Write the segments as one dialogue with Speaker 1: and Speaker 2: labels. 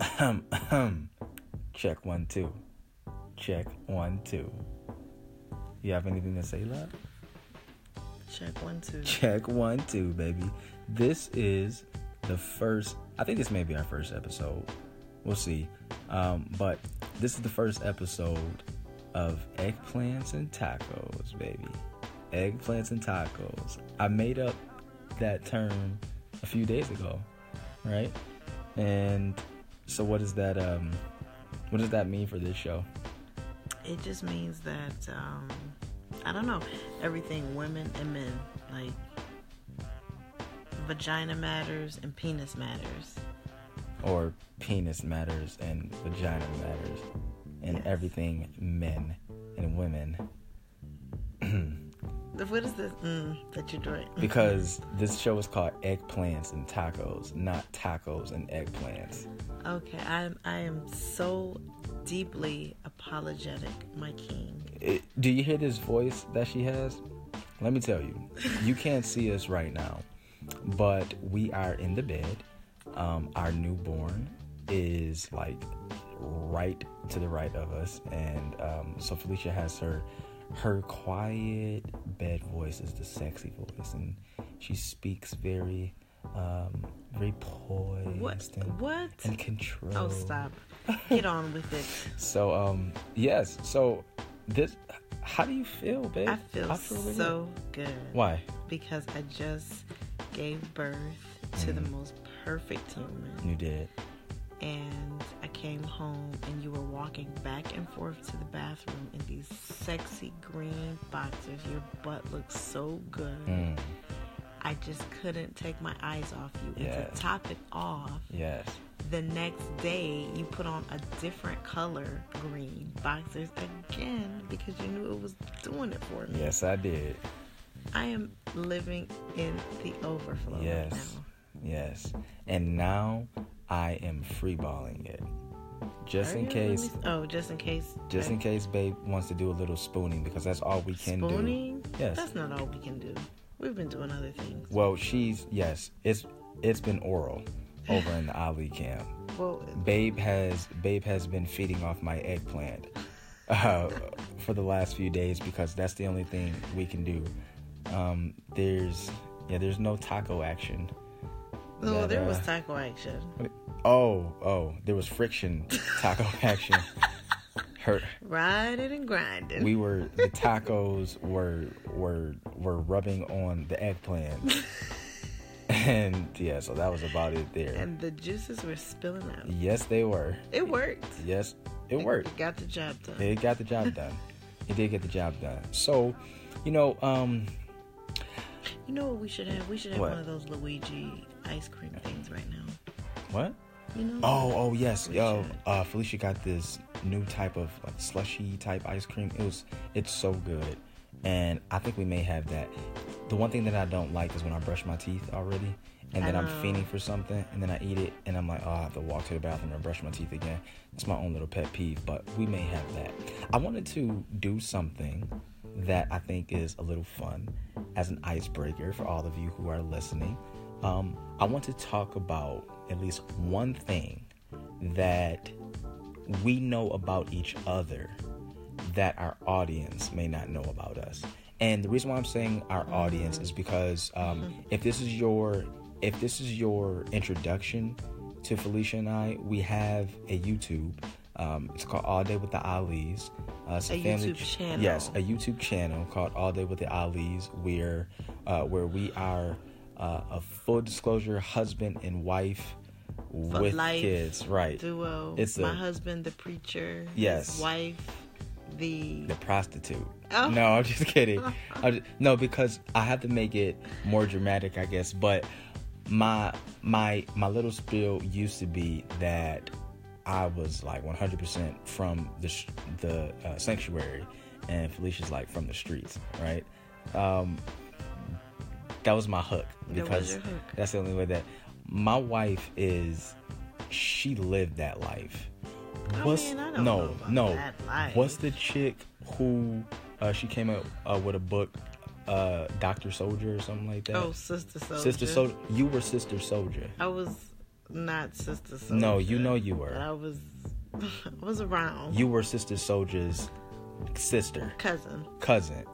Speaker 1: Ahem, ahem. Check one, two. Check one, two. You have anything to say, love?
Speaker 2: Check one, two.
Speaker 1: Check one, two, baby. This is the first, I think this may be our first episode. We'll see. Um, but this is the first episode of Eggplants and Tacos, baby. Eggplants and Tacos. I made up that term a few days ago, right? And so what does that um what does that mean for this show?
Speaker 2: It just means that um, I don't know everything women and men like vagina matters and penis matters.
Speaker 1: Or penis matters and vagina matters and
Speaker 2: Yes.
Speaker 1: everything men and women
Speaker 2: What is this mm, that you're doing?
Speaker 1: because this show is called eggplants and tacos, not tacos and eggplants.
Speaker 2: okay, I'm I am so deeply apologetic, my king.
Speaker 1: it, do you hear this voice that she has? Let me tell you, you can't see us right now, but we are in the bed. Um, our newborn is like right to the right of us, and um, so Felicia has her her quiet bed voice is the sexy voice, and she speaks very um, very poised
Speaker 2: What?
Speaker 1: And,
Speaker 2: What?
Speaker 1: and controlled.
Speaker 2: Oh, stop! Get on with it.
Speaker 1: So um yes, so this how do you feel, babe?
Speaker 2: I feel,
Speaker 1: really good.
Speaker 2: so good.
Speaker 1: Why?
Speaker 2: Because I just gave birth to the most perfect human.
Speaker 1: You did.
Speaker 2: and I came home and you were walking back and forth to the bathroom in these sexy green boxers. Your butt looked so good.
Speaker 1: Mm,
Speaker 2: I just couldn't take my eyes off you. And
Speaker 1: Yes.
Speaker 2: to top it off,
Speaker 1: yes.
Speaker 2: the next day you put on a different color green boxers again because you knew it was doing it for me.
Speaker 1: Yes I did.
Speaker 2: I am living in the overflow right
Speaker 1: Yes.
Speaker 2: now.
Speaker 1: Yes. And now I am freeballing it. Just
Speaker 2: Are
Speaker 1: in
Speaker 2: you
Speaker 1: case
Speaker 2: really- Oh, just in case.
Speaker 1: just in case babe wants to do a little spooning because that's all we can do.
Speaker 2: Spooning?
Speaker 1: Yes.
Speaker 2: That's not all we can do. We've been doing other things.
Speaker 1: Well, she's yes, it's it's been oral over in the Ali camp.
Speaker 2: Well,
Speaker 1: Babe has Babe has been feeding off my eggplant uh, for the last few days because that's the only thing we can do. Um, there's yeah, there's no taco action.
Speaker 2: well,
Speaker 1: that,
Speaker 2: there was
Speaker 1: uh,
Speaker 2: taco action.
Speaker 1: Oh, oh, there was friction taco action. Her,
Speaker 2: Riding and grinding.
Speaker 1: we were the tacos were were were rubbing on the eggplant, and yeah, so that was about it there.
Speaker 2: and the juices were spilling out.
Speaker 1: Yes, they were.
Speaker 2: It worked.
Speaker 1: Yes, it worked.
Speaker 2: Got the job done.
Speaker 1: It got the job done. It did get the job done. So, you know, um,
Speaker 2: You know what we should have? We should have
Speaker 1: What?
Speaker 2: one of those Luigi ice cream things right now.
Speaker 1: what?
Speaker 2: You know?
Speaker 1: Oh, oh yes, yo,
Speaker 2: Felicia.
Speaker 1: uh, Felicia got this new type of like slushy type ice cream. It was, it's so good, and I think we may have that. The one thing that I don't like is when I brush my teeth already, and then I'm
Speaker 2: know.
Speaker 1: fiending for something, and then I eat it, and I'm like, oh, I have to walk to the bathroom and brush my teeth again. That's my own little pet peeve, but we may have that. I wanted to do something that I think is a little fun as an icebreaker for all of you who are listening. Um, I want to talk about at least one thing that we know about each other that our audience may not know about us. And the reason why I'm saying our audience is because um, if this is your if this is your introduction to Felicia and I, we have a YouTube. Um, it's called All Day with the Ollie's. Uh, it's
Speaker 2: A YouTube channel.
Speaker 1: Yes, a YouTube channel called All Day with the Ollie's, where uh, where we are uh, a full disclosure husband and wife with
Speaker 2: life,
Speaker 1: kids. Right.
Speaker 2: Duo.
Speaker 1: It's
Speaker 2: my
Speaker 1: a-
Speaker 2: husband, the preacher.
Speaker 1: Yes.
Speaker 2: His wife, the.
Speaker 1: the prostitute.
Speaker 2: Oh.
Speaker 1: No, I'm just kidding. i no, because I have to make it more dramatic, I guess. But my my my little spiel used to be that I was like 100% from the sh- the uh, sanctuary, and Felicia's like from the streets, right? Um, that was my hook
Speaker 2: That was
Speaker 1: because
Speaker 2: your hook.
Speaker 1: that's the only way that my wife is. She lived that life.
Speaker 2: I mean, I
Speaker 1: no
Speaker 2: don't know about
Speaker 1: no?
Speaker 2: that life.
Speaker 1: What's the chick who uh, she came out uh, with a book, uh, Doctor Soldier or something like that?
Speaker 2: Oh, Sister Oh, Soldier.
Speaker 1: Sister Soldier. You were Sister Soldier.
Speaker 2: I was not sister soldier.
Speaker 1: No, you know you
Speaker 2: But
Speaker 1: were.
Speaker 2: I was, I was around.
Speaker 1: You were Sister Soldier's sister,
Speaker 2: cousin.
Speaker 1: cousin.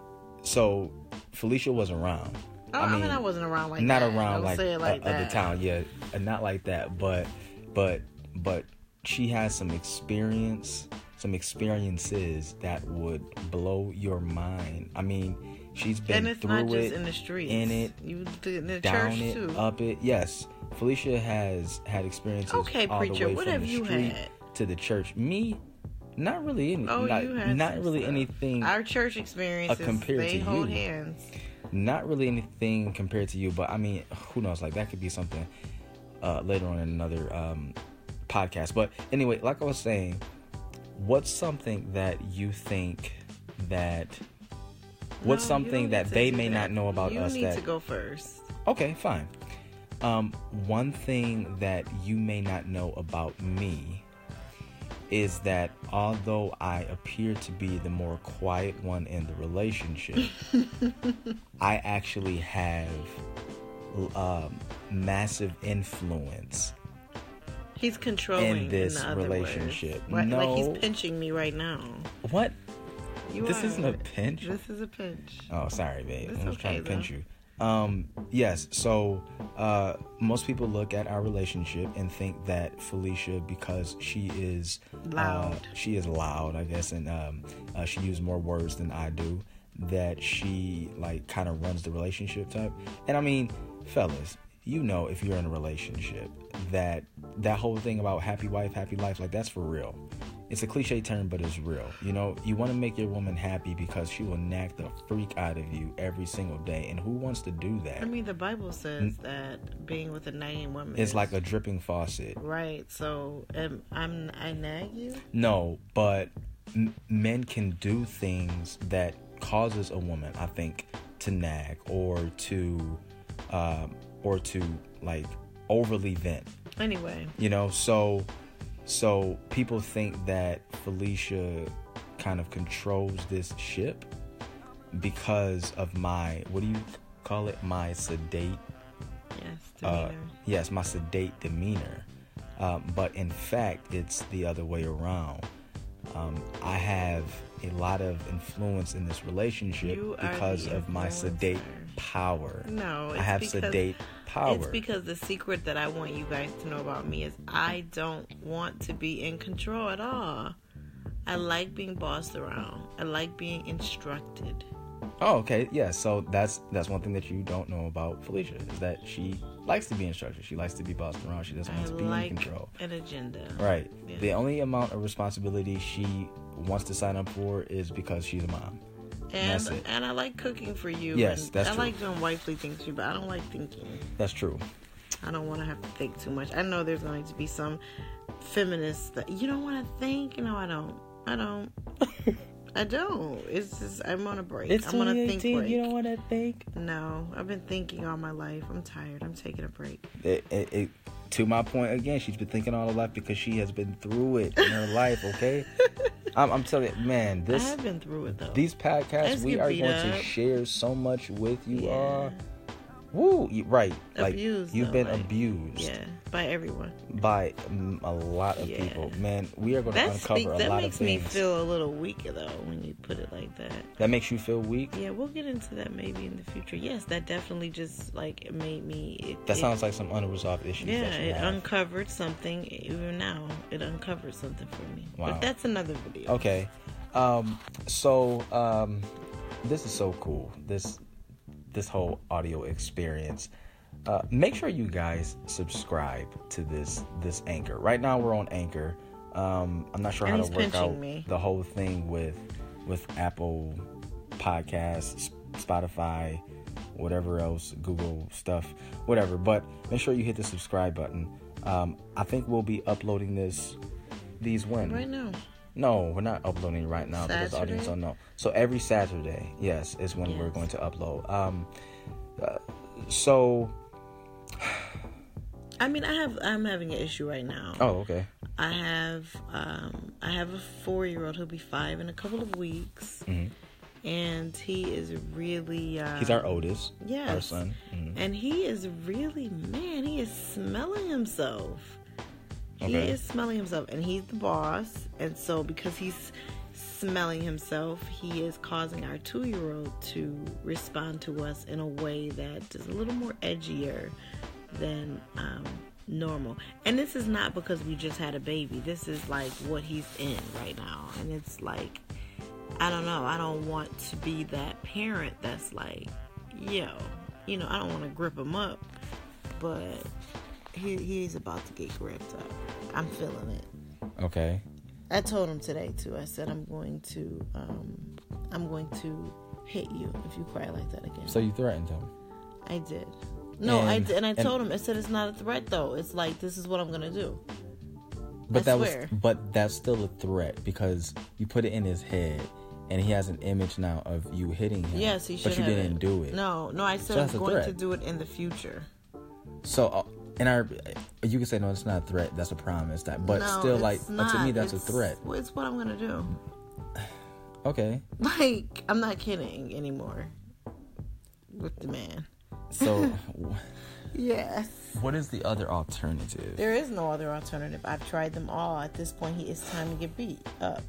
Speaker 1: So Felicia was around.
Speaker 2: Oh, I mean, I, wasn't around like
Speaker 1: not
Speaker 2: that.
Speaker 1: around
Speaker 2: Don't
Speaker 1: like,
Speaker 2: say it like
Speaker 1: o- other
Speaker 2: that.
Speaker 1: town yeah uh, not like that but but but she has some experience some experiences that would blow your mind i mean she's been
Speaker 2: And it's
Speaker 1: through
Speaker 2: not just
Speaker 1: it
Speaker 2: in the streets.
Speaker 1: in it,
Speaker 2: you did in the
Speaker 1: down
Speaker 2: church
Speaker 1: it
Speaker 2: too.
Speaker 1: up it yes felicia has had experiences
Speaker 2: Okay,
Speaker 1: all
Speaker 2: preacher,
Speaker 1: the way
Speaker 2: what
Speaker 1: from
Speaker 2: have
Speaker 1: the
Speaker 2: you
Speaker 1: street
Speaker 2: had?
Speaker 1: to the church me not really any,
Speaker 2: Oh,
Speaker 1: not,
Speaker 2: you had
Speaker 1: not
Speaker 2: some
Speaker 1: really
Speaker 2: stuff.
Speaker 1: anything uh,
Speaker 2: Our church experiences,
Speaker 1: compared
Speaker 2: they
Speaker 1: to
Speaker 2: hold
Speaker 1: you.
Speaker 2: hands.
Speaker 1: not really anything compared to you, but I mean, who knows? Like that could be something uh, later on in another um, podcast. But anyway, like I was saying, what's something that you think that what's
Speaker 2: No, you don't
Speaker 1: something
Speaker 2: need
Speaker 1: that
Speaker 2: to
Speaker 1: they
Speaker 2: do
Speaker 1: may not know about
Speaker 2: you
Speaker 1: us
Speaker 2: You need
Speaker 1: that
Speaker 2: to go first.
Speaker 1: okay, fine. Um, one thing that you may not know about me is that although I appear to be the more quiet one in the relationship, I actually have um, massive influence.
Speaker 2: He's controlling
Speaker 1: In this
Speaker 2: the other
Speaker 1: relationship.
Speaker 2: Words. Like- like
Speaker 1: No.
Speaker 2: he's pinching me right now.
Speaker 1: What?
Speaker 2: You
Speaker 1: this
Speaker 2: are.
Speaker 1: isn't a pinch.
Speaker 2: This is a pinch.
Speaker 1: Oh, sorry, babe.
Speaker 2: It's
Speaker 1: I'm just trying to
Speaker 2: okay,
Speaker 1: pinch you. Um, yes. So uh, most people look at our relationship and think that Felicia, because she is uh,
Speaker 2: Loud.
Speaker 1: she is loud, I guess, and um, uh, she uses more words than I do. That she like kind of runs the relationship type. And I mean, fellas, you know, if you're in a relationship, that that whole thing about happy wife, happy life, like that's for real. It's a cliche term, but it's real. You know, you want to make your woman happy because she will knock the freak out of you every single day. And who wants to do
Speaker 2: I
Speaker 1: that?
Speaker 2: mean, the Bible says that being with a nagging woman
Speaker 1: It's
Speaker 2: is-
Speaker 1: like a dripping faucet.
Speaker 2: right. So um, I'm I nag you.
Speaker 1: No, but m- men can do things that causes a woman, I think, to nag or to, um, or to like overly vent.
Speaker 2: Anyway,
Speaker 1: you know so so people think that felicia kind of controls this ship because of my what do you call it my sedate
Speaker 2: yes,
Speaker 1: uh,
Speaker 2: demeanor.
Speaker 1: yes my sedate demeanor um, but in fact it's the other way around um, i have a lot of influence in this relationship
Speaker 2: You are
Speaker 1: because
Speaker 2: the
Speaker 1: of my sedate
Speaker 2: influencer.
Speaker 1: power
Speaker 2: no,
Speaker 1: i
Speaker 2: it's
Speaker 1: have
Speaker 2: because-
Speaker 1: sedate power
Speaker 2: It's because the secret that I want you guys to know about me is I don't want to be in control at all. I like being bossed around. I like being instructed.
Speaker 1: Oh, okay. Yeah. So that's that's one thing that you don't know about Felicia is that she likes to be instructed. She likes to be bossed around. She doesn't
Speaker 2: I
Speaker 1: want to be
Speaker 2: like
Speaker 1: in control.
Speaker 2: an agenda.
Speaker 1: Right.
Speaker 2: Yeah.
Speaker 1: The only amount of responsibility she wants to sign up for is because she's a mom.
Speaker 2: And
Speaker 1: that's it.
Speaker 2: and I like cooking for you.
Speaker 1: Yes,
Speaker 2: and
Speaker 1: that's
Speaker 2: I
Speaker 1: true.
Speaker 2: like doing wifely things for you, but I don't like thinking.
Speaker 1: That's true.
Speaker 2: I don't want to have to think too much. I know there's going to be some feminists that you don't want to think. No, I don't. I don't. I don't. It's just I'm on a break. I'm on a think break.
Speaker 1: want to think.
Speaker 2: No, I've been thinking all my life. I'm tired. I'm taking a break.
Speaker 1: It, it, it, to my point again, she's been thinking all her life because she has been through it in her life. Okay. I'm, I'm telling you, man.
Speaker 2: I
Speaker 1: This
Speaker 2: have been through it though.
Speaker 1: these podcasts
Speaker 2: Let's
Speaker 1: we
Speaker 2: get
Speaker 1: are
Speaker 2: beat
Speaker 1: going to
Speaker 2: up.
Speaker 1: share so much with you
Speaker 2: Yeah.
Speaker 1: all. Woo, you- right. Like
Speaker 2: Abused,
Speaker 1: you've
Speaker 2: though,
Speaker 1: been
Speaker 2: like,
Speaker 1: abused
Speaker 2: yeah, by everyone.
Speaker 1: by mm, a lot of
Speaker 2: Yeah.
Speaker 1: people. Man, we are going to
Speaker 2: That
Speaker 1: uncover
Speaker 2: speak,
Speaker 1: a
Speaker 2: that
Speaker 1: lot
Speaker 2: makes
Speaker 1: of
Speaker 2: me
Speaker 1: things.
Speaker 2: feel a little weaker though when you put it like that.
Speaker 1: that makes you feel weak.
Speaker 2: Yeah, we'll get into that maybe in the future. Yes, that definitely just like it made me. It,
Speaker 1: That
Speaker 2: it-
Speaker 1: sounds like some unresolved issues.
Speaker 2: Yeah,
Speaker 1: that you
Speaker 2: it
Speaker 1: have.
Speaker 2: uncovered something. Even now, it uncovered something for me.
Speaker 1: Wow.
Speaker 2: But that's another video.
Speaker 1: okay. Um, so um, this is so cool. This this whole audio experience. Uh, make sure you guys subscribe to this this anchor. Right now we're on Anchor. Um, I'm not sure
Speaker 2: And
Speaker 1: how to
Speaker 2: he's
Speaker 1: work
Speaker 2: pinching
Speaker 1: out
Speaker 2: me.
Speaker 1: the whole thing with with Apple Podcasts, Spotify, whatever else, Google stuff, whatever. But make sure you hit the subscribe button. Um, I think we'll be uploading this these when
Speaker 2: Right now,
Speaker 1: no, we're not uploading right now because the
Speaker 2: Saturday?
Speaker 1: audience don't know. So every Saturday, yes, is when we're
Speaker 2: Yes.
Speaker 1: going to upload. Um, uh, so
Speaker 2: I mean, I have I'm having an issue right now.
Speaker 1: oh okay,
Speaker 2: I have um, I have a four year old who'll be five in a couple of weeks, and he is really uh,
Speaker 1: Mm-hmm. He's our oldest.
Speaker 2: yes.
Speaker 1: Our son. Mhm.
Speaker 2: and he is really man. He is smelling himself.
Speaker 1: Okay.
Speaker 2: He is smelling himself, and he's the boss. And so because he's smelling himself, he is causing our two-year-old to respond to us in a way that is a little more edgier than um, normal. And this is not because we just had a baby. This is like what he's in right now, and it's like I don't know. I don't want to be that parent that's like, yo, you know, I don't want to grip him up, but he he's about to get gripped up. I'm feeling it.
Speaker 1: Okay.
Speaker 2: I told him today too. I said I'm going to um, I'm going to hit you if you cry like that again.
Speaker 1: So you threatened him.
Speaker 2: I did. No, I
Speaker 1: And-
Speaker 2: did, and I
Speaker 1: and-
Speaker 2: told him. I said it's not a threat though. It's like this is what I'm gonna do.
Speaker 1: But
Speaker 2: I
Speaker 1: that
Speaker 2: swear.
Speaker 1: was but that's still a threat because you put it in his head and he has an image now of you hitting him.
Speaker 2: Yes, he should.
Speaker 1: But you
Speaker 2: have
Speaker 1: didn't do it.
Speaker 2: No, no. I said
Speaker 1: So
Speaker 2: I'm
Speaker 1: that's a
Speaker 2: going to
Speaker 1: threat.
Speaker 2: do it in the future.
Speaker 1: So uh, and I you can say no it's not a threat, that's a promise that but
Speaker 2: No,
Speaker 1: still like
Speaker 2: it's
Speaker 1: uh, to me
Speaker 2: not.
Speaker 1: that's
Speaker 2: It's-
Speaker 1: a threat.
Speaker 2: well, It's what I'm gonna do.
Speaker 1: Okay.
Speaker 2: Like I'm not kidding anymore with the man.
Speaker 1: So
Speaker 2: Yes.
Speaker 1: what is the other alternative?
Speaker 2: There is no other alternative. I've tried them all. At this point, he, it's time to get beat up.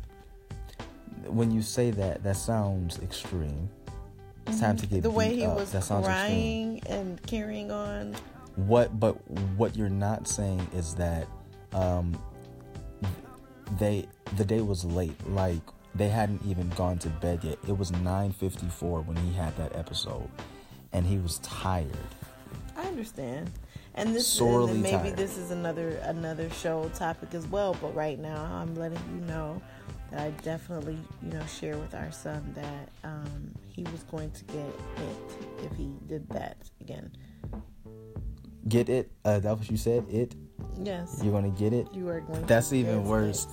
Speaker 1: when you say that, that sounds extreme. It's time to get
Speaker 2: Mm-hmm. The way
Speaker 1: beat
Speaker 2: he
Speaker 1: up.
Speaker 2: was
Speaker 1: that sounds extreme.
Speaker 2: crying and carrying on.
Speaker 1: What, but what you're not saying is that um, they the day was late. Like they hadn't even gone to bed yet. It was 9:54 when he had that episode, and he was tired.
Speaker 2: I understand. And this
Speaker 1: Sorely
Speaker 2: and maybe
Speaker 1: tired.
Speaker 2: this is another another show topic as well. But right now, I'm letting you know that I definitely you know share with our son that um, he was going to get it if he did that again.
Speaker 1: Get it? Uh, that what you said? It?
Speaker 2: Yes,
Speaker 1: You're gonna get it?
Speaker 2: you are going. to
Speaker 1: That's
Speaker 2: get
Speaker 1: even
Speaker 2: it.
Speaker 1: worse.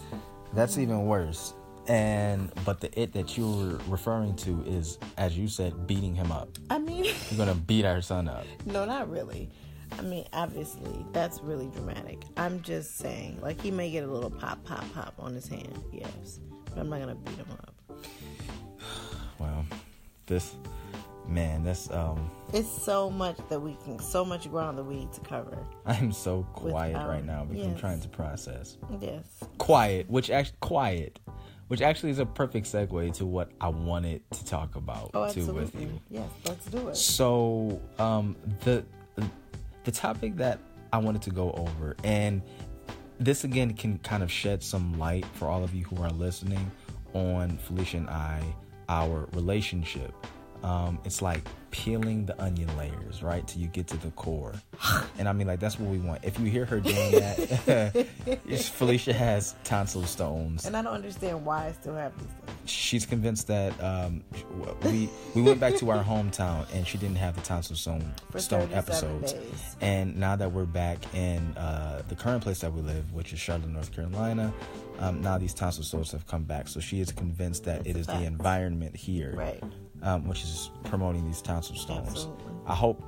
Speaker 1: That's even worse. And but the it that you were referring to is, as you said, beating him up.
Speaker 2: I mean.
Speaker 1: You're gonna beat our son up.
Speaker 2: No, not really. I mean, obviously, that's really dramatic. I'm just saying, like, he may get a little pop, pop, pop on his hand, yes. But I'm not gonna beat him up.
Speaker 1: Wow, this man, that's um,
Speaker 2: It's so much that we can, so much ground that we need to cover.
Speaker 1: I'm so quiet
Speaker 2: um,
Speaker 1: right now because I'm
Speaker 2: yes.
Speaker 1: trying to process.
Speaker 2: Yes.
Speaker 1: Quiet, which actually quiet, which actually is a perfect segue to what I wanted to talk about
Speaker 2: Oh,
Speaker 1: too
Speaker 2: absolutely.
Speaker 1: with you.
Speaker 2: Yes, let's do it.
Speaker 1: So um, the the topic that I wanted to go over, and this again can kind of shed some light for all of you who are listening on Felicia and I, our relationship. Um, it's like peeling the onion layers, right? Till you get to the core. And I mean, like, that's what we want. If you hear her doing that, it's- Felicia has tonsil stones
Speaker 2: And I don't understand why I still have these things.
Speaker 1: she's convinced that um, we we went back to our hometown and she didn't have the tonsil stone
Speaker 2: For
Speaker 1: stone
Speaker 2: 37
Speaker 1: episodes.
Speaker 2: days.
Speaker 1: And now that we're back in uh, the current place that we live, which is Charlotte, North Carolina, um, now these tonsil stones have come back. So she is convinced that it
Speaker 2: a
Speaker 1: is the
Speaker 2: fact.
Speaker 1: environment here,
Speaker 2: Right.
Speaker 1: um, which is promoting these tonsil stones.
Speaker 2: Absolutely.
Speaker 1: I hope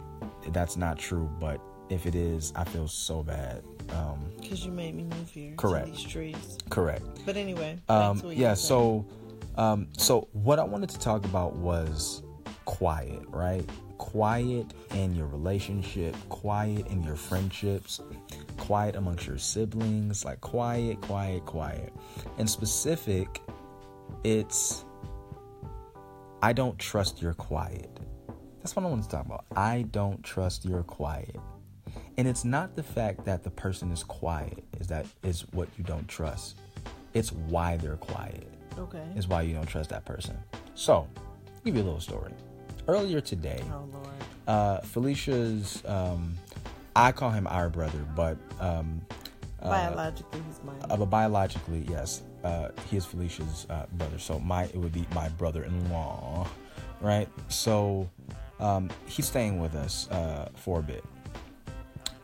Speaker 1: that's not true, but if it is, I feel so bad. Um,
Speaker 2: Because you made me move here. to
Speaker 1: Correct.
Speaker 2: these trees.
Speaker 1: correct.
Speaker 2: But anyway. back
Speaker 1: um,
Speaker 2: to what you
Speaker 1: yeah
Speaker 2: were saying.
Speaker 1: so um, so what i wanted to talk about was quiet right quiet in your relationship quiet in your friendships quiet amongst your siblings like quiet quiet quiet and specific it's i don't trust your quiet that's what i want to talk about i don't trust your quiet and it's not the fact that the person is quiet is that is what you don't trust it's why they're quiet
Speaker 2: Okay.
Speaker 1: is why you don't trust that person so give you a little story earlier today
Speaker 2: Oh, Lord.
Speaker 1: uh, felicia's um, i call him our brother but um,
Speaker 2: Biologically, he's mine.
Speaker 1: uh, but biologically yes uh, he is felicia's uh, brother so my it would be my brother-in-law right so um, he's staying with us uh, for a bit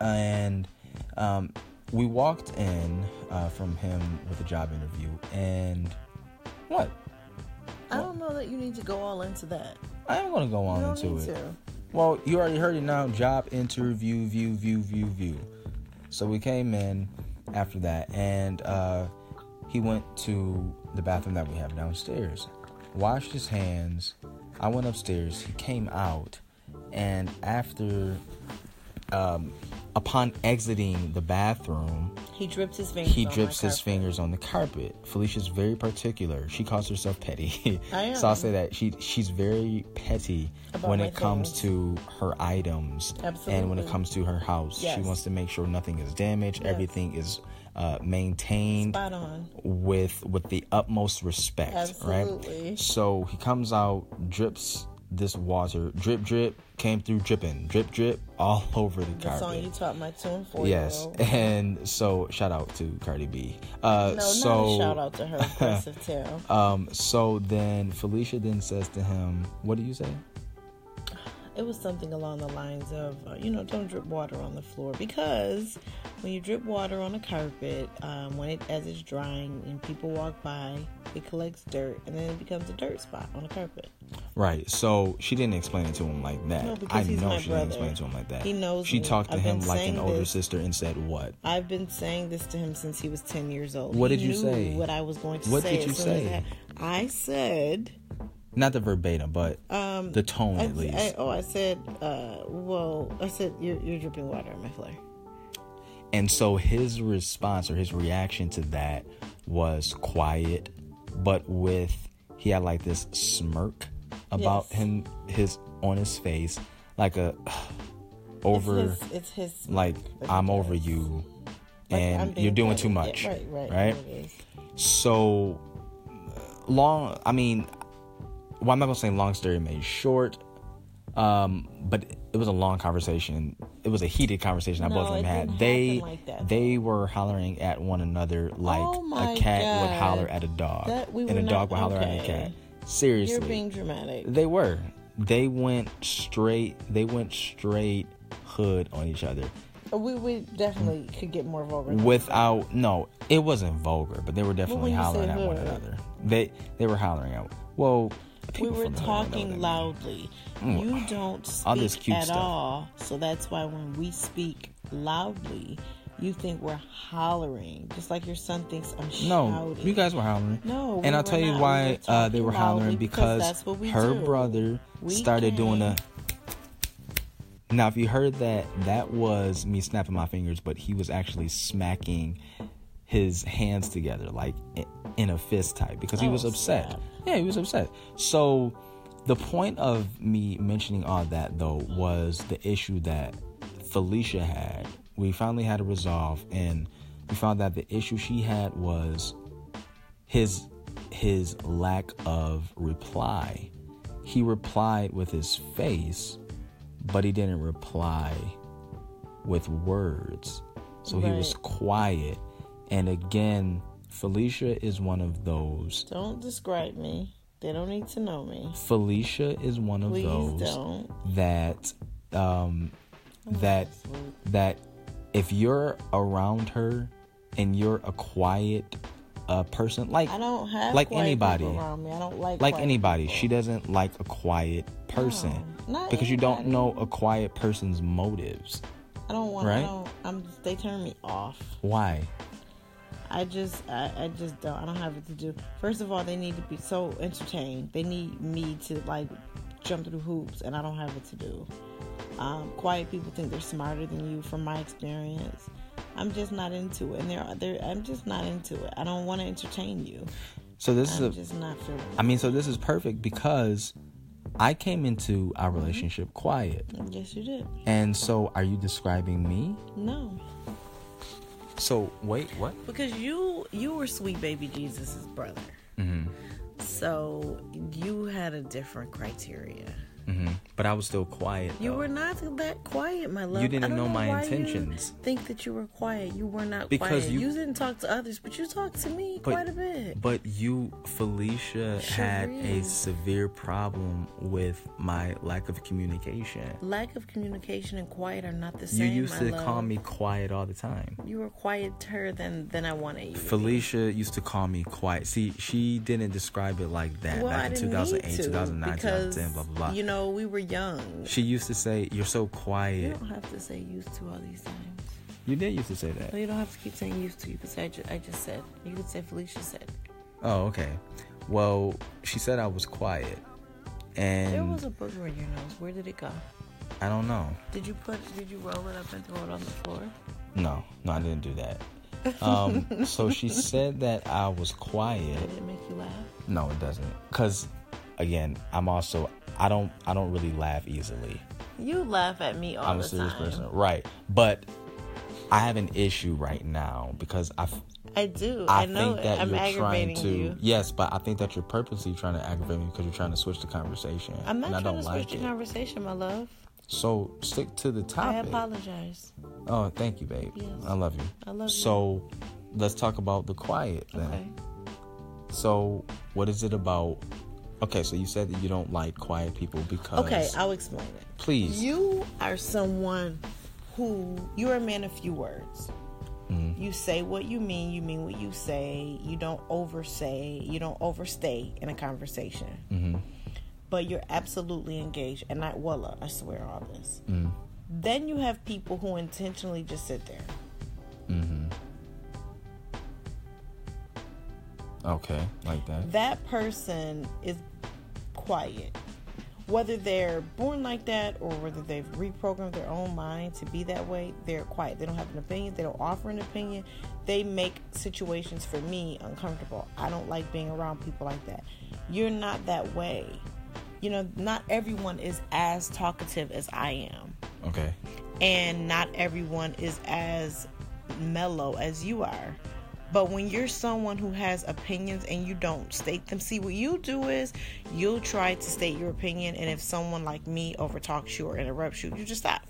Speaker 1: and um, we walked in uh, from him with a job interview and what
Speaker 2: I don't know that you need to go all into that.
Speaker 1: i am going to go
Speaker 2: You
Speaker 1: on
Speaker 2: don't
Speaker 1: into
Speaker 2: need
Speaker 1: it
Speaker 2: to.
Speaker 1: well you already heard it now job interview view view view view so we came in after that and uh, he went to the bathroom that we have downstairs washed his hands. I went upstairs. He came out, and after, um, upon exiting the bathroom,
Speaker 2: He drips his fingers.
Speaker 1: he
Speaker 2: on my
Speaker 1: drips his
Speaker 2: carpet.
Speaker 1: fingers on the carpet. Felicia's very particular. She calls herself petty.
Speaker 2: I
Speaker 1: so I'll
Speaker 2: am.
Speaker 1: say that she she's very petty
Speaker 2: About
Speaker 1: when
Speaker 2: my
Speaker 1: it comes to her items and when it
Speaker 2: Absolutely.
Speaker 1: comes to her house. She
Speaker 2: Yes.
Speaker 1: wants to make sure nothing is damaged,
Speaker 2: Yes.
Speaker 1: everything is uh, maintained
Speaker 2: Spot on.
Speaker 1: with with the utmost respect,
Speaker 2: Absolutely.
Speaker 1: right? So he comes out, drips this water, drip drip, came through dripping, drip drip all over the
Speaker 2: The song
Speaker 1: carpet.
Speaker 2: you taught my tune for.
Speaker 1: Yes, and so shout out to Cardi B. Uh,
Speaker 2: No,
Speaker 1: so
Speaker 2: not a shout out to her. Impressive tale.
Speaker 1: um, so then Felicia then says to him, "What do you say?"
Speaker 2: It was something along the lines of, uh, you know, don't drip water on the floor because when you drip water on a carpet, um, when it as it's drying and people walk by, it collects dirt and then it becomes a dirt spot on the carpet.
Speaker 1: Right. So she didn't explain it to him like that.
Speaker 2: No,
Speaker 1: I
Speaker 2: because he's
Speaker 1: know
Speaker 2: my
Speaker 1: she
Speaker 2: brother.
Speaker 1: didn't explain it to him like that.
Speaker 2: He knows
Speaker 1: She
Speaker 2: me.
Speaker 1: talked to
Speaker 2: I've
Speaker 1: him
Speaker 2: been
Speaker 1: like an
Speaker 2: saying
Speaker 1: older
Speaker 2: this.
Speaker 1: sister and said, "What?"
Speaker 2: I've been saying this to him since he was ten years old.
Speaker 1: What
Speaker 2: He
Speaker 1: did you
Speaker 2: knew
Speaker 1: say?
Speaker 2: What I was going to
Speaker 1: What
Speaker 2: say.
Speaker 1: did you
Speaker 2: as soon as
Speaker 1: say?
Speaker 2: that- I said.
Speaker 1: Not the verbatim, but
Speaker 2: Um,
Speaker 1: the tone
Speaker 2: I,
Speaker 1: at least.
Speaker 2: I- oh, I said, uh, well, I said, you're, you're dripping water on my floor.
Speaker 1: And so his response or his reaction to that was quiet, but with he had like this smirk about
Speaker 2: Yes.
Speaker 1: him his on his face, like a over
Speaker 2: It's his, it's his
Speaker 1: like
Speaker 2: Like
Speaker 1: I'm
Speaker 2: he
Speaker 1: over
Speaker 2: does.
Speaker 1: you
Speaker 2: like, I'm
Speaker 1: and
Speaker 2: being
Speaker 1: you're doing
Speaker 2: petty.
Speaker 1: too
Speaker 2: Yeah,
Speaker 1: much.
Speaker 2: right, right. there it is.
Speaker 1: So uh, long I mean well I'm not gonna say long story made short. Um, but it was a long conversation. It was a heated conversation. I
Speaker 2: No,
Speaker 1: both of them
Speaker 2: it
Speaker 1: had.
Speaker 2: didn't
Speaker 1: They
Speaker 2: happen like that.
Speaker 1: they were hollering at one another like
Speaker 2: Oh
Speaker 1: a
Speaker 2: my
Speaker 1: cat would
Speaker 2: God.
Speaker 1: holler at a dog,
Speaker 2: That- we
Speaker 1: and
Speaker 2: were
Speaker 1: a dog
Speaker 2: not-
Speaker 1: would holler at a
Speaker 2: okay.
Speaker 1: cat.
Speaker 2: You're
Speaker 1: Seriously,
Speaker 2: being dramatic.
Speaker 1: they were. They went straight. They went straight hood on each other
Speaker 2: Uh, We, we definitely could get more vulgar. than
Speaker 1: without no it wasn't vulgar but they were definitely
Speaker 2: when you say
Speaker 1: hollering at one
Speaker 2: hood?
Speaker 1: another they they were hollering at well
Speaker 2: We
Speaker 1: people
Speaker 2: were
Speaker 1: from the hood know what that
Speaker 2: talking
Speaker 1: means.
Speaker 2: loudly. You don't speak
Speaker 1: All this cute
Speaker 2: at
Speaker 1: stuff.
Speaker 2: all. So that's why when we speak loudly, you think we're hollering. Just like your son thinks I'm
Speaker 1: no
Speaker 2: shouting.
Speaker 1: you guys were hollering
Speaker 2: No, we
Speaker 1: and i'll
Speaker 2: were
Speaker 1: tell you
Speaker 2: not. We
Speaker 1: why
Speaker 2: were
Speaker 1: uh, they were
Speaker 2: talking loudly
Speaker 1: hollering
Speaker 2: because
Speaker 1: because,
Speaker 2: that's what we
Speaker 1: her
Speaker 2: do.
Speaker 1: brother
Speaker 2: We
Speaker 1: started doing a
Speaker 2: can.
Speaker 1: now if you heard that that was me snapping my fingers but he was actually smacking his hands together like i- in a fist type because he
Speaker 2: Oh,
Speaker 1: was upset
Speaker 2: snap.
Speaker 1: yeah he was upset so the point of me mentioning all that though was the issue that felicia had we finally had to resolve and we found that the issue she had was his his lack of reply. He replied with his face, but he didn't reply with words. So he was
Speaker 2: Right.
Speaker 1: quiet. And again, Felicia is one of those.
Speaker 2: Don't describe me. They don't need to know me.
Speaker 1: Felicia is one of
Speaker 2: Please
Speaker 1: those
Speaker 2: don't.
Speaker 1: that um that
Speaker 2: Sweet.
Speaker 1: that if you're around her and you're a quiet uh, person like
Speaker 2: I don't have
Speaker 1: Like
Speaker 2: white
Speaker 1: anybody.
Speaker 2: people around me. I don't like
Speaker 1: like
Speaker 2: white
Speaker 1: anybody
Speaker 2: people.
Speaker 1: she doesn't like a quiet person
Speaker 2: No, not
Speaker 1: because you don't
Speaker 2: anybody.
Speaker 1: know a quiet person's motives
Speaker 2: I don't want.
Speaker 1: right?
Speaker 2: I don't, I'm. They turn me off.
Speaker 1: why
Speaker 2: I just, I, I just don't. I don't have it to do. First of all, they need to be so entertained. They need me to like jump through hoops, and I don't have it to do. Um, quiet people think they're smarter than you, from my experience. I'm just not into it, and they're, they're I'm just not into it. I don't want to entertain you.
Speaker 1: so this
Speaker 2: I'm
Speaker 1: is a
Speaker 2: just not feeling.
Speaker 1: i mean so this is perfect because i came into our
Speaker 2: Mm-hmm.
Speaker 1: relationship quiet
Speaker 2: it. Yes, you did.
Speaker 1: and so are you describing me
Speaker 2: No,
Speaker 1: so wait what
Speaker 2: because you, you were sweet baby Jesus's brother. So you had a different criteria.
Speaker 1: hmm but i was still quiet
Speaker 2: You
Speaker 1: though.
Speaker 2: were not that quiet, my love.
Speaker 1: Oh. You didn't
Speaker 2: I don't
Speaker 1: know my
Speaker 2: why
Speaker 1: intentions.
Speaker 2: You think that you were quiet. You were not
Speaker 1: Because
Speaker 2: quiet.
Speaker 1: you-
Speaker 2: You... didn't talk to others, but you talked to me
Speaker 1: But-
Speaker 2: quite a bit.
Speaker 1: But you, Felicia, had a
Speaker 2: Sheree.
Speaker 1: severe problem with my lack of communication.
Speaker 2: Lack of communication and quiet are not
Speaker 1: You
Speaker 2: the same.
Speaker 1: used
Speaker 2: my
Speaker 1: to
Speaker 2: love.
Speaker 1: call me quiet all the time.
Speaker 2: You were quieter than than I wanted you. to be.
Speaker 1: Felicia used to call me quiet. See, she didn't describe it like that
Speaker 2: Well, I
Speaker 1: back in
Speaker 2: didn't
Speaker 1: 2008,
Speaker 2: need to
Speaker 1: 2009,
Speaker 2: because,
Speaker 1: 2010, blah, blah, blah.
Speaker 2: You know, we were young.
Speaker 1: she used to say, You're so
Speaker 2: You
Speaker 1: quiet.
Speaker 2: don't have to say used to all these times.
Speaker 1: You did used to say that.
Speaker 2: No, you don't have to keep saying used to. You could say I just, I just said. You could say Felicia said.
Speaker 1: Oh, okay. Well, she said I was quiet, and
Speaker 2: There was a booger in your nose. Where did it go?
Speaker 1: I don't know.
Speaker 2: Did you put? Did you roll it up and throw it on the floor?
Speaker 1: No, no, I didn't do that. Um, so she said that I was quiet.
Speaker 2: Did it make you laugh?
Speaker 1: No, it doesn't. Cause again, I'm also I don't I don't really laugh easily.
Speaker 2: You laugh at me all
Speaker 1: I'm
Speaker 2: the
Speaker 1: a serious
Speaker 2: time.
Speaker 1: person, right? But I have an issue right now because I f-
Speaker 2: I do.
Speaker 1: I,
Speaker 2: I, know
Speaker 1: think
Speaker 2: it.
Speaker 1: that
Speaker 2: I'm
Speaker 1: you're trying
Speaker 2: aggravating
Speaker 1: to
Speaker 2: you.
Speaker 1: yes, but I think that you're purposely trying to aggravate me because you're trying to switch the conversation.
Speaker 2: I'm not
Speaker 1: and I
Speaker 2: trying
Speaker 1: don't
Speaker 2: to switch
Speaker 1: like
Speaker 2: the
Speaker 1: it.
Speaker 2: conversation, my love.
Speaker 1: so stick to the
Speaker 2: I
Speaker 1: topic.
Speaker 2: apologize.
Speaker 1: Oh, thank you, babe.
Speaker 2: Yes.
Speaker 1: I love you.
Speaker 2: I love
Speaker 1: So let's talk about the quiet
Speaker 2: you.
Speaker 1: then.
Speaker 2: Okay.
Speaker 1: So what is it about? Okay, so you said that you don't like quiet people because
Speaker 2: Okay, I'll explain it.
Speaker 1: please
Speaker 2: You are someone who you are a man of few words. You say what you mean, you mean what you say, you don't oversay, you don't overstay in a conversation. But you're absolutely engaged, and I walla, I swear all this. Then you have people who intentionally just sit there.
Speaker 1: Okay, like that.
Speaker 2: That person is quiet. Whether they're born like that or whether they've reprogrammed their own mind to be that way, they're quiet. They don't have an opinion. They don't offer an opinion. They make situations for me uncomfortable. I don't like being around people like that. You're not that way. You know, not everyone is as talkative as I am
Speaker 1: Okay.
Speaker 2: and not everyone is as mellow as you are. But when you're someone who has opinions and you don't state them, see what you do is you'll try to state your opinion, and if someone like me overtalks you or interrupts you, you just stop.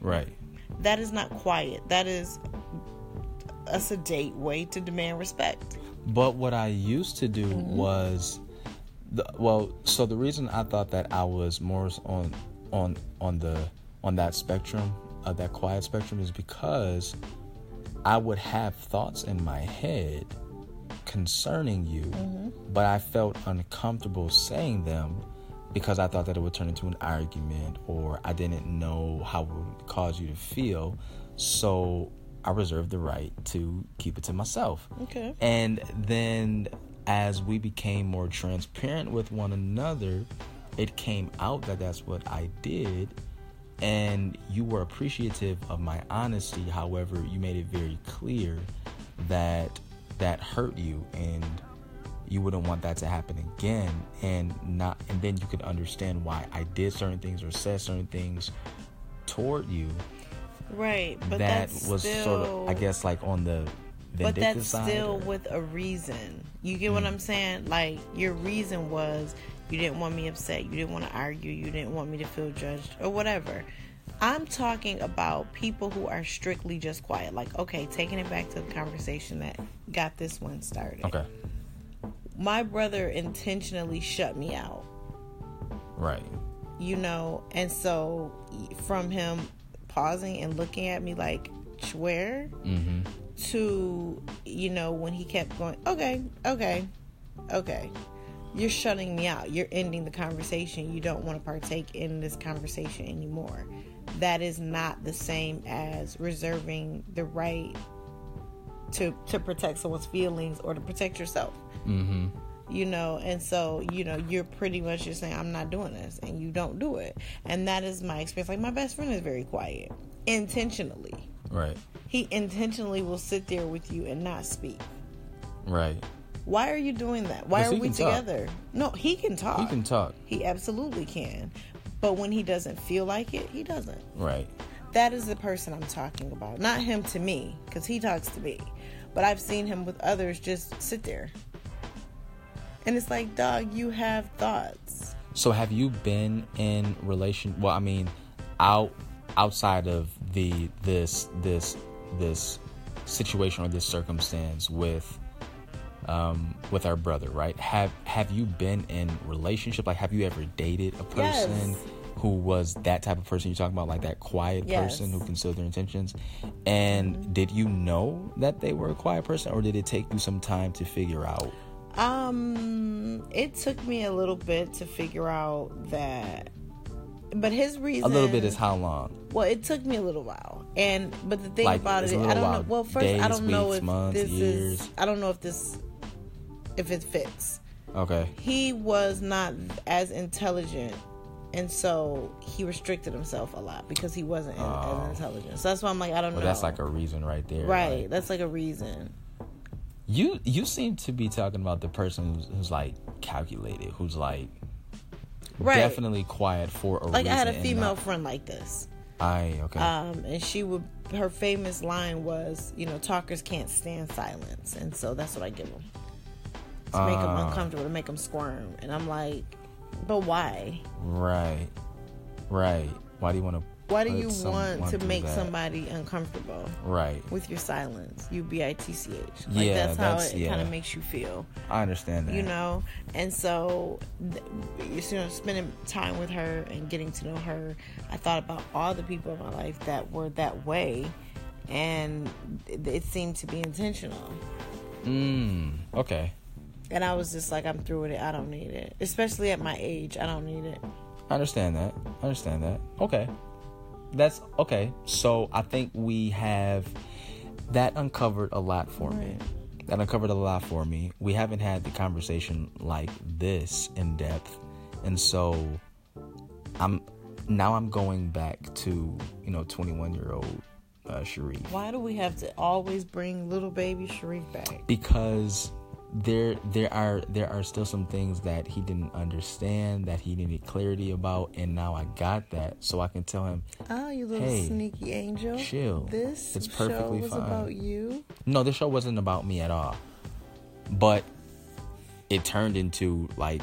Speaker 1: Right.
Speaker 2: That is not quiet. That is a sedate way to demand respect.
Speaker 1: But what I used to do was the, well, so the reason I thought that I was more on on on the on that spectrum of that quiet spectrum is because I would have thoughts in my head concerning you, but I felt uncomfortable saying them because I thought that it would turn into an argument or I didn't know how it would cause you to feel. So I reserved the right to keep it to myself.
Speaker 2: Okay.
Speaker 1: And then as we became more transparent with one another, it came out that that's what I did. And you were appreciative of my honesty. However, you made it very clear that that hurt you and you wouldn't want that to happen again and not and then you could understand why I did certain things or said certain things toward you
Speaker 2: Right. But
Speaker 1: that
Speaker 2: that's
Speaker 1: was
Speaker 2: still,
Speaker 1: sort of I guess like on the
Speaker 2: but
Speaker 1: vindictive
Speaker 2: that's
Speaker 1: side
Speaker 2: still
Speaker 1: or-
Speaker 2: with a reason. You get what I'm saying? Like your reason was you didn't want me upset, you didn't want to argue, you didn't want me to feel judged or whatever. I'm talking about people who are strictly just quiet. Like, okay, taking it back to the conversation that got this one started.
Speaker 1: Okay.
Speaker 2: My brother intentionally shut me out,
Speaker 1: Right.
Speaker 2: you know, and so from him pausing and looking at me like, where?
Speaker 1: Mm-hmm.
Speaker 2: to you know when he kept going okay okay okay you're shutting me out you're ending the conversation you don't want to partake in this conversation anymore that is not the same as reserving the right to to protect someone's feelings or to protect yourself
Speaker 1: Mm-hmm.
Speaker 2: you know and so you know you're pretty much just saying i'm not doing this and you don't do it and that is my experience like my best friend is very quiet intentionally
Speaker 1: Right.
Speaker 2: he intentionally will sit there with you and not speak.
Speaker 1: Right.
Speaker 2: Why are you doing that? Why
Speaker 1: Because
Speaker 2: are
Speaker 1: he
Speaker 2: we
Speaker 1: can talk.
Speaker 2: together? No, he can talk.
Speaker 1: He can talk.
Speaker 2: He absolutely can. But when he doesn't feel like it, he doesn't.
Speaker 1: Right.
Speaker 2: That is the person I'm talking about. Not him to me, because he talks to me. But I've seen him with others just sit there. And it's like, dog, you have thoughts.
Speaker 1: So have you been in relation well, I mean, out outside of the this this this situation or this circumstance with um with our brother, right? Have have you been in relationship? Like have you ever dated a
Speaker 2: Yes.
Speaker 1: person who was that type of person you're talking about, like that quiet
Speaker 2: Yes. Mm-hmm.
Speaker 1: person who concealed their intentions? And did you know that they were a quiet person or did it take you some time to figure out?
Speaker 2: Um, it took me a little bit to figure out that. But his
Speaker 1: A
Speaker 2: reason
Speaker 1: little bit is how long?
Speaker 2: Well, it took me a little while, and but the thing
Speaker 1: Like,
Speaker 2: about
Speaker 1: it's
Speaker 2: it,
Speaker 1: a
Speaker 2: I
Speaker 1: little
Speaker 2: don't
Speaker 1: while.
Speaker 2: know. Well, first,
Speaker 1: Days,
Speaker 2: I don't know
Speaker 1: weeks,
Speaker 2: if
Speaker 1: months,
Speaker 2: this
Speaker 1: years.
Speaker 2: is. I don't know if this, if it fits,
Speaker 1: Okay.
Speaker 2: He was not as intelligent, and so he restricted himself a lot because he wasn't
Speaker 1: Oh.
Speaker 2: as intelligent. So that's why I'm like, I don't
Speaker 1: Well,
Speaker 2: know.
Speaker 1: that's like a reason right there.
Speaker 2: right.
Speaker 1: like-
Speaker 2: That's like a reason.
Speaker 1: you you seem to be talking about the person who's, who's like calculated, who's like
Speaker 2: Right.
Speaker 1: definitely quiet for a
Speaker 2: Like I
Speaker 1: reason.
Speaker 2: had a
Speaker 1: and
Speaker 2: female
Speaker 1: not-
Speaker 2: friend like this.
Speaker 1: Aye, okay.
Speaker 2: um, and she would her famous line was you know talkers can't stand silence and so that's what i give them to make them
Speaker 1: Ah.
Speaker 2: uncomfortable to make them squirm and i'm like but why
Speaker 1: right, right. Why do you want to?
Speaker 2: why do you want to make somebody uncomfortable
Speaker 1: Right.
Speaker 2: with your silence you b-i-t-c-h like
Speaker 1: Yeah,
Speaker 2: that's how
Speaker 1: that's-
Speaker 2: it
Speaker 1: yeah.
Speaker 2: kind of makes you feel
Speaker 1: I understand that.
Speaker 2: you know and so th- you know spending time with her and getting to know her i thought about all the people in my life that were that way and it it seemed to be intentional
Speaker 1: Mm, okay.
Speaker 2: and i was just like i'm through with it i don't need it especially at my age i don't need it
Speaker 1: I understand that. I understand that. Okay. That's okay. So I think we have that uncovered a lot for me. That uncovered a lot for me. We haven't had the conversation like this in depth. And so I'm now I'm going back to, you know, 21 year old uh, Sharif
Speaker 2: why do we have to always bring little baby sharif back
Speaker 1: because there there are there are still some things that he didn't understand that he needed clarity about and now I got that so I can tell him
Speaker 2: oh you little
Speaker 1: Hey,
Speaker 2: sneaky angel
Speaker 1: chill.
Speaker 2: this
Speaker 1: It's perfectly
Speaker 2: show was
Speaker 1: fine.
Speaker 2: about you
Speaker 1: no this show wasn't about me at all but it turned into like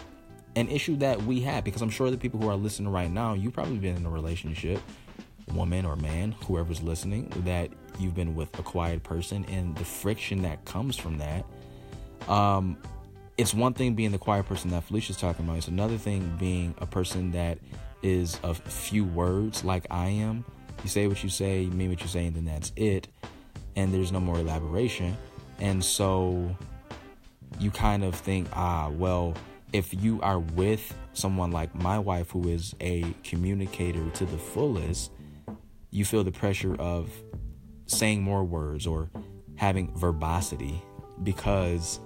Speaker 1: an issue that we had because I'm sure the people who are listening right now you've probably been in a relationship woman or man whoever's listening that you've been with a quiet person and the friction that comes from that it's one thing being the quiet person that Felicia's talking about. It's another thing being a person that is of few words, like I am. You say what you say, you mean what you say, and then that's it. And there's no more elaboration. And so you kind of think, ah, well, if you are with someone like my wife, who is a communicator to the fullest, you feel the pressure of saying more words or having verbosity because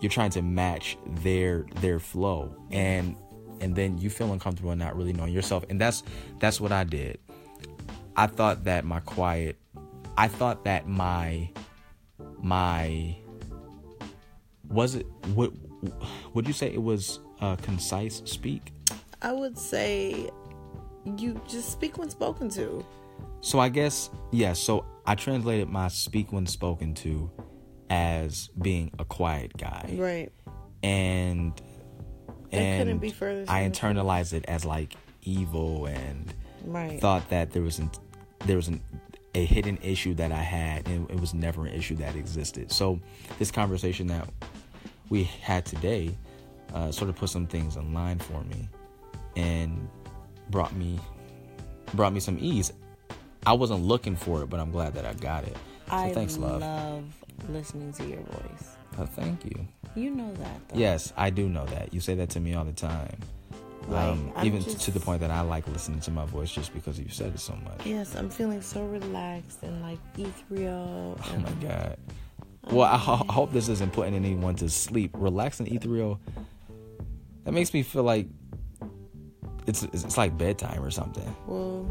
Speaker 1: you're trying to match their their flow and and then you feel uncomfortable and not really knowing yourself and that's that's what i did i thought that my quiet i thought that my my was it what would you say it was uh concise speak
Speaker 2: i would say you just speak when spoken to
Speaker 1: So I guess yeah. So I translated my speak when spoken to as being a quiet guy,
Speaker 2: right
Speaker 1: and
Speaker 2: That
Speaker 1: and
Speaker 2: couldn't be further
Speaker 1: I
Speaker 2: from the
Speaker 1: internalized it as like evil and
Speaker 2: right
Speaker 1: thought that there was an, there was an, a hidden issue that I had, and it was never an issue that existed. So this conversation that we had today uh, sort of put some things in line for me, and brought me brought me some ease. I wasn't looking for it, but I'm glad that I got it. So
Speaker 2: I
Speaker 1: thanks, love.
Speaker 2: love listening to your voice.
Speaker 1: Uh, thank you.
Speaker 2: You know that, though.
Speaker 1: Yes, I do know that. You say that to me all the time. um,
Speaker 2: Like, I'm
Speaker 1: even
Speaker 2: just-
Speaker 1: to the point that I like listening to my voice just because you said it so much.
Speaker 2: Yes, I'm feeling so relaxed and like ethereal.
Speaker 1: Oh my god. Well, I, ho- I hope this isn't putting anyone to sleep. Relaxing ethereal. That makes me feel like it's it's it's like bedtime or something.
Speaker 2: Well,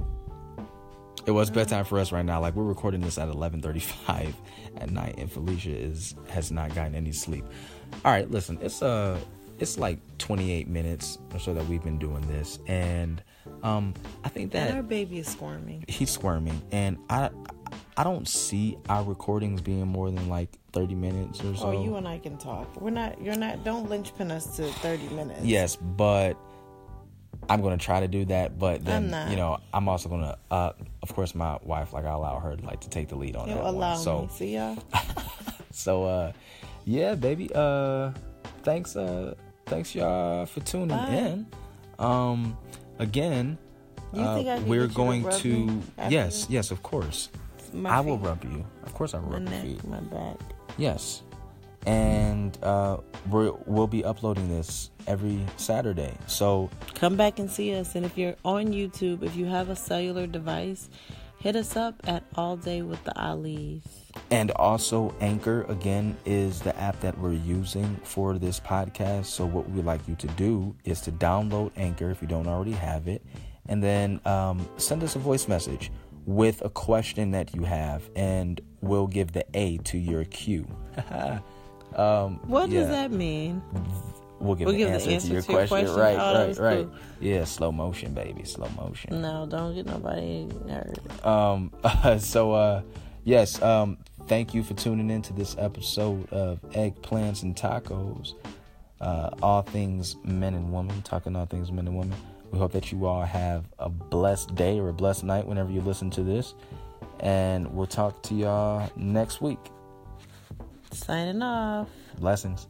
Speaker 1: It was bedtime for us right now. Like we're recording this at 11:35 at night, and Felicia is has not gotten any sleep. All right, listen, it's uh it's like 28 minutes or so that we've been doing this, and um I think that
Speaker 2: our baby is squirming.
Speaker 1: he's squirming and i i don't see our recordings being more than like 30 minutes or so
Speaker 2: Oh, you and I can talk. We're not. You're not. Don't linchpin us to 30 minutes.
Speaker 1: yes but i'm gonna try to do that but then
Speaker 2: I'm not.
Speaker 1: you know i'm also gonna uh of course my wife like i allow her like to take the lead on
Speaker 2: You
Speaker 1: that
Speaker 2: allow
Speaker 1: one so
Speaker 2: me. See y'all.
Speaker 1: so uh yeah baby uh thanks uh thanks y'all for tuning
Speaker 2: Bye.
Speaker 1: in um again
Speaker 2: You
Speaker 1: uh,
Speaker 2: think I could
Speaker 1: we're
Speaker 2: get you to
Speaker 1: going
Speaker 2: rub
Speaker 1: to
Speaker 2: me after
Speaker 1: yes
Speaker 2: this?
Speaker 1: yes of course
Speaker 2: My
Speaker 1: i will
Speaker 2: feet,
Speaker 1: rub you of course i will
Speaker 2: My
Speaker 1: rub your
Speaker 2: neck,
Speaker 1: feet
Speaker 2: my back.
Speaker 1: Yes. And uh, we're, we'll be uploading this every Saturday. So,
Speaker 2: Come back and see us. And if you're on YouTube, if you have a cellular device, hit us up at All Day with the Ali's.
Speaker 1: And also, Anchor again is the app that we're using for this podcast. So, what we'd like you to do is to download Anchor if you don't already have it, and then um, send us a voice message with a question that you have, and we'll give the A to your Q. um,
Speaker 2: What
Speaker 1: yeah.
Speaker 2: does that mean?
Speaker 1: We'll give
Speaker 2: We'll
Speaker 1: the
Speaker 2: give the
Speaker 1: answer,
Speaker 2: answer
Speaker 1: to your
Speaker 2: to your
Speaker 1: question.
Speaker 2: question?
Speaker 1: Right,
Speaker 2: Oh, that
Speaker 1: right,
Speaker 2: was
Speaker 1: right.
Speaker 2: cool.
Speaker 1: Yeah, slow motion, baby, slow motion.
Speaker 2: No, don't get nobody hurt.
Speaker 1: um so uh yes um thank you for tuning in to this episode of eggplants and tacos uh all things men and women talking all things men and women we hope that you all have a blessed day or a blessed night whenever you listen to this and we'll talk to y'all next week
Speaker 2: Signing off.
Speaker 1: blessings